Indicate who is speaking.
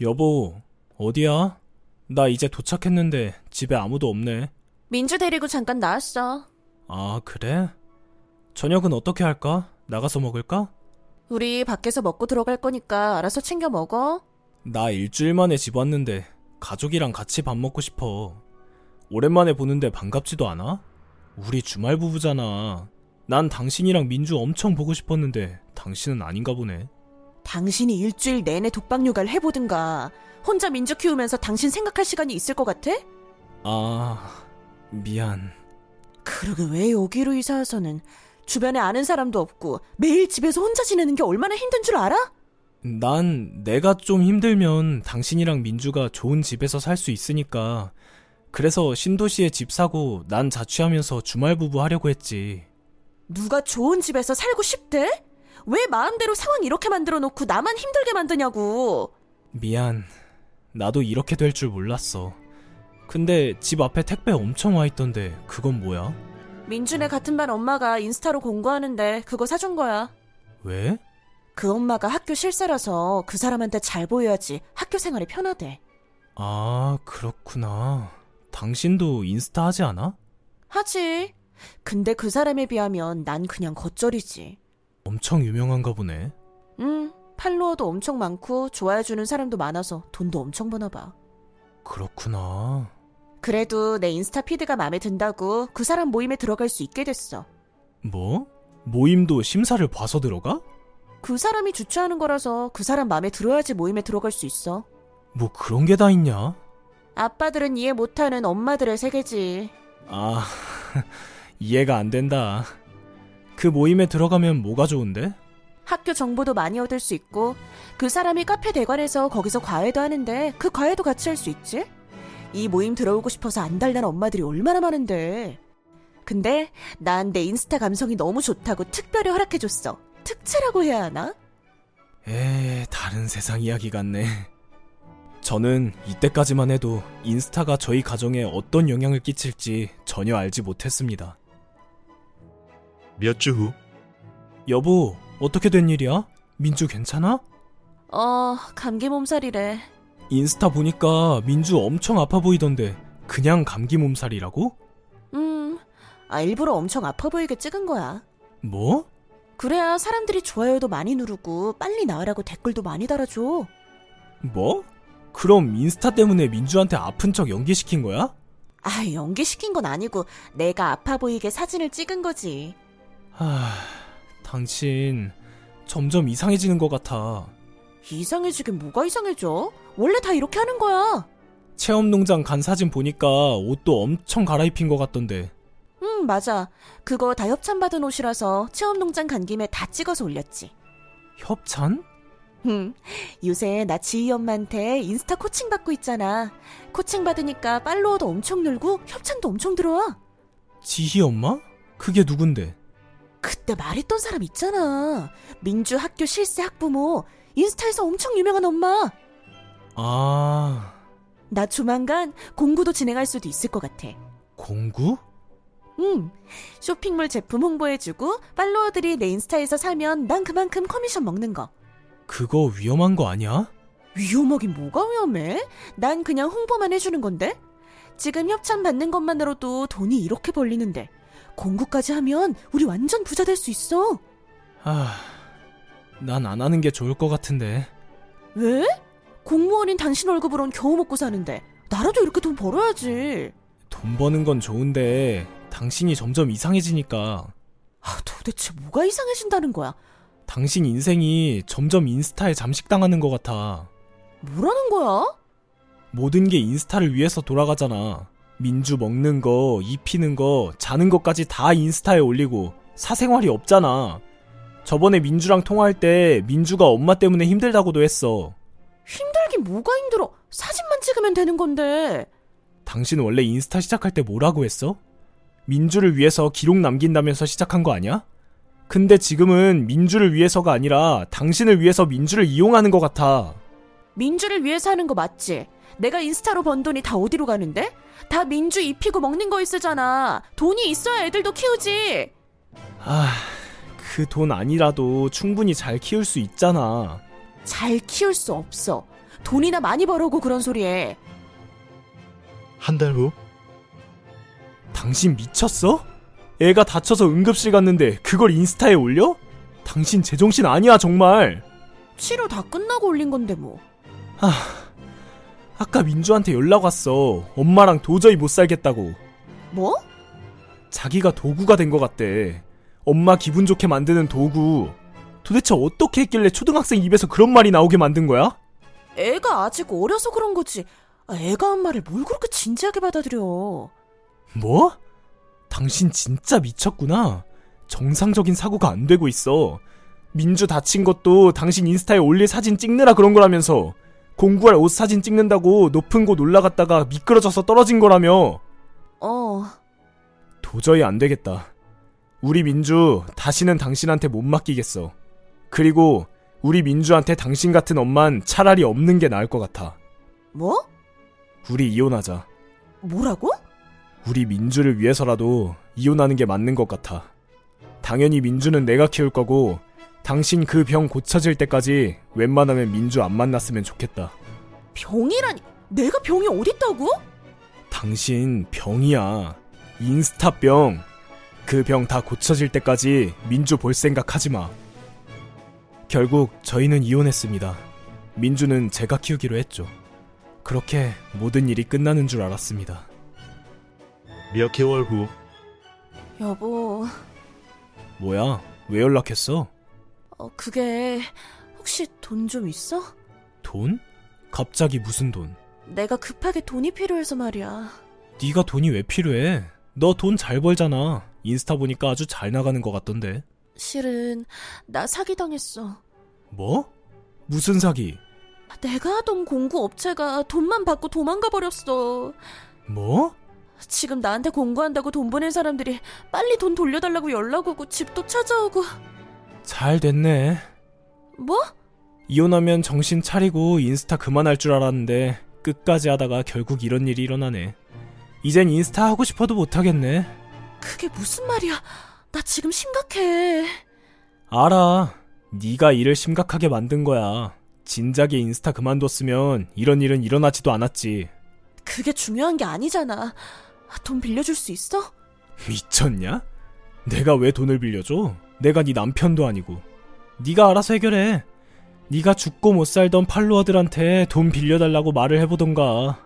Speaker 1: 여보, 어디야? 나 이제 도착했는데 집에 아무도 없네.
Speaker 2: 민주 데리고 잠깐 나왔어.
Speaker 1: 아, 그래? 저녁은 어떻게 할까? 나가서 먹을까?
Speaker 2: 우리 밖에서 먹고 들어갈 거니까 알아서 챙겨 먹어.
Speaker 1: 나 일주일 만에 집 왔는데 가족이랑 같이 밥 먹고 싶어. 오랜만에 보는데 반갑지도 않아? 우리 주말 부부잖아. 난 당신이랑 민주 엄청 보고 싶었는데 당신은 아닌가 보네.
Speaker 2: 당신이 일주일 내내 독박 육아를 해보든가. 혼자 민주 키우면서 당신 생각할 시간이 있을 것 같아?
Speaker 1: 아, 미안.
Speaker 2: 그러게 왜 여기로 이사와서는 주변에 아는 사람도 없고 매일 집에서 혼자 지내는 게 얼마나 힘든 줄 알아?
Speaker 1: 난 내가 좀 힘들면 당신이랑 민주가 좋은 집에서 살 수 있으니까. 그래서 신도시에 집 사고 난 자취하면서 주말 부부 하려고 했지.
Speaker 2: 누가 좋은 집에서 살고 싶대? 왜 마음대로 상황 이렇게 만들어 놓고 나만 힘들게 만드냐고.
Speaker 1: 미안. 나도 이렇게 될 줄 몰랐어. 근데 집 앞에 택배 엄청 와 있던데 그건 뭐야?
Speaker 2: 민준의 같은 반 엄마가 인스타로 공고하는데 그거 사준 거야.
Speaker 1: 왜?
Speaker 2: 그 엄마가 학교 실세라서 그 사람한테 잘 보여야지 학교 생활이 편하대.
Speaker 1: 아, 그렇구나. 당신도 인스타 하지 않아?
Speaker 2: 하지. 근데 그 사람에 비하면 난 그냥 겉절이지.
Speaker 1: 엄청 유명한가 보네.
Speaker 2: 응, 팔로워도 엄청 많고 좋아해주는 사람도 많아서 돈도 엄청 버나 봐.
Speaker 1: 그렇구나.
Speaker 2: 그래도 내 인스타 피드가 마음에 든다고 그 사람 모임에 들어갈 수 있게 됐어.
Speaker 1: 뭐? 모임도 심사를 봐서 들어가?
Speaker 2: 그 사람이 주최하는 거라서 그 사람 마음에 들어야지 모임에 들어갈 수 있어.
Speaker 1: 뭐 그런 게 다 있냐?
Speaker 2: 아빠들은 이해 못하는 엄마들의 세계지.
Speaker 1: 아, 이해가 안 된다. 그 모임에 들어가면 뭐가 좋은데?
Speaker 2: 학교 정보도 많이 얻을 수 있고 그 사람이 카페 대관해서 거기서 과외도 하는데 그 과외도 같이 할 수 있지? 이 모임 들어오고 싶어서 안달난 엄마들이 얼마나 많은데. 근데 난 내 인스타 감성이 너무 좋다고 특별히 허락해줬어. 특채라고 해야 하나?
Speaker 1: 에, 다른 세상 이야기 같네. 저는 이때까지만 해도 인스타가 저희 가정에 어떤 영향을 끼칠지 전혀 알지 못했습니다.
Speaker 3: 몇 주 후,
Speaker 1: 여보, 어떻게 된 일이야? 민주 괜찮아?
Speaker 2: 어, 감기 몸살이래.
Speaker 1: 인스타 보니까 민주 엄청 아파 보이던데 그냥 감기 몸살이라고?
Speaker 2: 음, 아, 일부러 엄청 아파 보이게 찍은 거야.
Speaker 1: 뭐?
Speaker 2: 그래야 사람들이 좋아요도 많이 누르고 빨리 나으라고 댓글도 많이 달아줘.
Speaker 1: 뭐? 그럼 인스타 때문에 민주한테 아픈 척 연기시킨 거야?
Speaker 2: 아, 연기시킨 건 아니고 내가 아파 보이게 사진을 찍은 거지.
Speaker 1: 하, 당신 점점 이상해지는 것 같아.
Speaker 2: 이상해지긴 뭐가 이상해져? 원래 다 이렇게 하는 거야.
Speaker 1: 체험 농장 간 사진 보니까 옷도 엄청 갈아입힌 것 같던데.
Speaker 2: 응, 맞아. 그거 다 협찬받은 옷이라서 체험농장 간 김에 다 찍어서 올렸지.
Speaker 1: 협찬?
Speaker 2: 응. 요새 나 지희 엄마한테 인스타 코칭 받고 있잖아. 코칭 받으니까 팔로워도 엄청 늘고 협찬도 엄청 들어와.
Speaker 1: 지희 엄마? 그게 누군데?
Speaker 2: 그때 말했던 사람 있잖아. 민주 학교 실세 학부모. 인스타에서 엄청 유명한 엄마.
Speaker 1: 아,
Speaker 2: 나 조만간 공구도 진행할 수도 있을 것 같아.
Speaker 1: 공구?
Speaker 2: 응. 음. 쇼핑몰 제품 홍보해주고 팔로워들이 내 인스타에서 사면 난 그만큼 커미션 먹는 거.
Speaker 1: 그거 위험한 거 아니야?
Speaker 2: 위험하긴 뭐가 위험해? 난 그냥 홍보만 해주는 건데? 지금 협찬 받는 것만으로도 돈이 이렇게 벌리는데 공구까지 하면 우리 완전 부자 될 수 있어.
Speaker 1: 아, 난 안 하는 게 좋을 것 같은데.
Speaker 2: 왜? 공무원인 당신 월급으론 겨우 먹고 사는데 나라도 이렇게 돈 벌어야지.
Speaker 1: 돈 버는 건 좋은데 당신이 점점 이상해지니까
Speaker 2: 아, 도대체 뭐가 이상해진다는 거야?
Speaker 1: 당신 인생이 점점 인스타에 잠식당하는 것 같아.
Speaker 2: 뭐라는 거야?
Speaker 1: 모든 게 인스타를 위해서 돌아가잖아. 민주 먹는 거, 입히는 거, 자는 것까지 다 인스타에 올리고 사생활이 없잖아. 저번에 민주랑 통화할 때 민주가 엄마 때문에 힘들다고도 했어.
Speaker 2: 힘들긴 뭐가 힘들어? 사진만 찍으면 되는 건데.
Speaker 1: 당신 원래 인스타 시작할 때 뭐라고 했어? 민주를 위해서 기록 남긴다면서 시작한 거 아니야? 근데 지금은 민주를 위해서가 아니라 당신을 위해서 민주를 이용하는 것 같아.
Speaker 2: 민주를 위해서 하는 거 맞지? 내가 인스타로 번 돈이 다 어디로 가는데? 다 민주 입히고 먹는 거에 쓰잖아. 돈이 있어야 애들도 키우지.
Speaker 1: 아, 그 돈 아니라도 충분히 잘 키울 수 있잖아.
Speaker 2: 잘 키울 수 없어. 돈이나 많이 벌어오고 그런 소리에
Speaker 3: 한 달 후,
Speaker 1: 당신 미쳤어? 애가 다쳐서 응급실 갔는데 그걸 인스타에 올려? 당신 제정신 아니야 정말.
Speaker 2: 치료 다 끝나고 올린 건데 뭐.
Speaker 1: 아까 민주한테 연락 왔어. 엄마랑 도저히 못 살겠다고.
Speaker 2: 뭐?
Speaker 1: 자기가 도구가 된 것 같대. 엄마 기분 좋게 만드는 도구. 도대체 어떻게 했길래 초등학생 입에서 그런 말이 나오게 만든 거야?
Speaker 2: 애가 아직 어려서 그런 거지. 아, 애가 한 말을 뭘 그렇게 진지하게 받아들여.
Speaker 1: 뭐? 당신 진짜 미쳤구나. 정상적인 사고가 안 되고 있어. 민주 다친 것도 당신 인스타에 올릴 사진 찍느라 그런 거라면서. 공구할 옷 사진 찍는다고 높은 곳 올라갔다가 미끄러져서 떨어진 거라며.
Speaker 2: 어,
Speaker 1: 도저히 안 되겠다. 우리 민주 다시는 당신한테 못 맡기겠어. 그리고 우리 민주한테 당신 같은 엄만 차라리 없는 게 나을 것 같아.
Speaker 2: 뭐?
Speaker 1: 우리 이혼하자.
Speaker 2: 뭐라고?
Speaker 1: 우리 민주를 위해서라도 이혼하는 게 맞는 것 같아. 당연히 민주는 내가 키울 거고 당신 그 병 고쳐질 때까지 웬만하면 민주 안 만났으면 좋겠다.
Speaker 2: 병이라니. 내가 병이 어딨다고?
Speaker 1: 당신 병이야. 인스타병. 그 병 다 고쳐질 때까지 민주 볼 생각 하지 마. 결국 저희는 이혼했습니다. 민주는 제가 키우기로 했죠. 그렇게 모든 일이 끝나는 줄 알았습니다.
Speaker 3: 몇 개월 후,
Speaker 2: 여보,
Speaker 1: 뭐야? 왜 연락했어?
Speaker 2: 어, 그게 혹시 돈 좀 있어?
Speaker 1: 돈? 갑자기 무슨 돈?
Speaker 2: 내가 급하게 돈이 필요해서 말이야.
Speaker 1: 네가 돈이 왜 필요해? 너 돈 잘 벌잖아. 인스타 보니까 아주 잘 나가는 것 같던데.
Speaker 2: 실은 나 사기당했어.
Speaker 1: 뭐? 무슨 사기?
Speaker 2: 내가 하던 공구 업체가 돈만 받고 도망가 버렸어.
Speaker 1: 뭐?
Speaker 2: 지금 나한테 공구한다고 돈 보낸 사람들이 빨리 돈 돌려달라고 연락 오고 집도 찾아오고
Speaker 1: 잘 됐네.
Speaker 2: 뭐?
Speaker 1: 이혼하면 정신 차리고 인스타 그만할 줄 알았는데 끝까지 하다가 결국 이런 일이 일어나네. 이젠 인스타 하고 싶어도 못하겠네.
Speaker 2: 그게 무슨 말이야? 나 지금 심각해.
Speaker 1: 알아. 네가 일을 심각하게 만든 거야. 진작에 인스타 그만뒀으면 이런 일은 일어나지도 않았지.
Speaker 2: 그게 중요한 게 아니잖아. 돈 빌려줄 수 있어?
Speaker 1: 미쳤냐? 내가 왜 돈을 빌려줘? 내가 네 남편도 아니고. 네가 알아서 해결해. 네가 죽고 못 살던 팔로워들한테 돈 빌려달라고 말을 해보던가.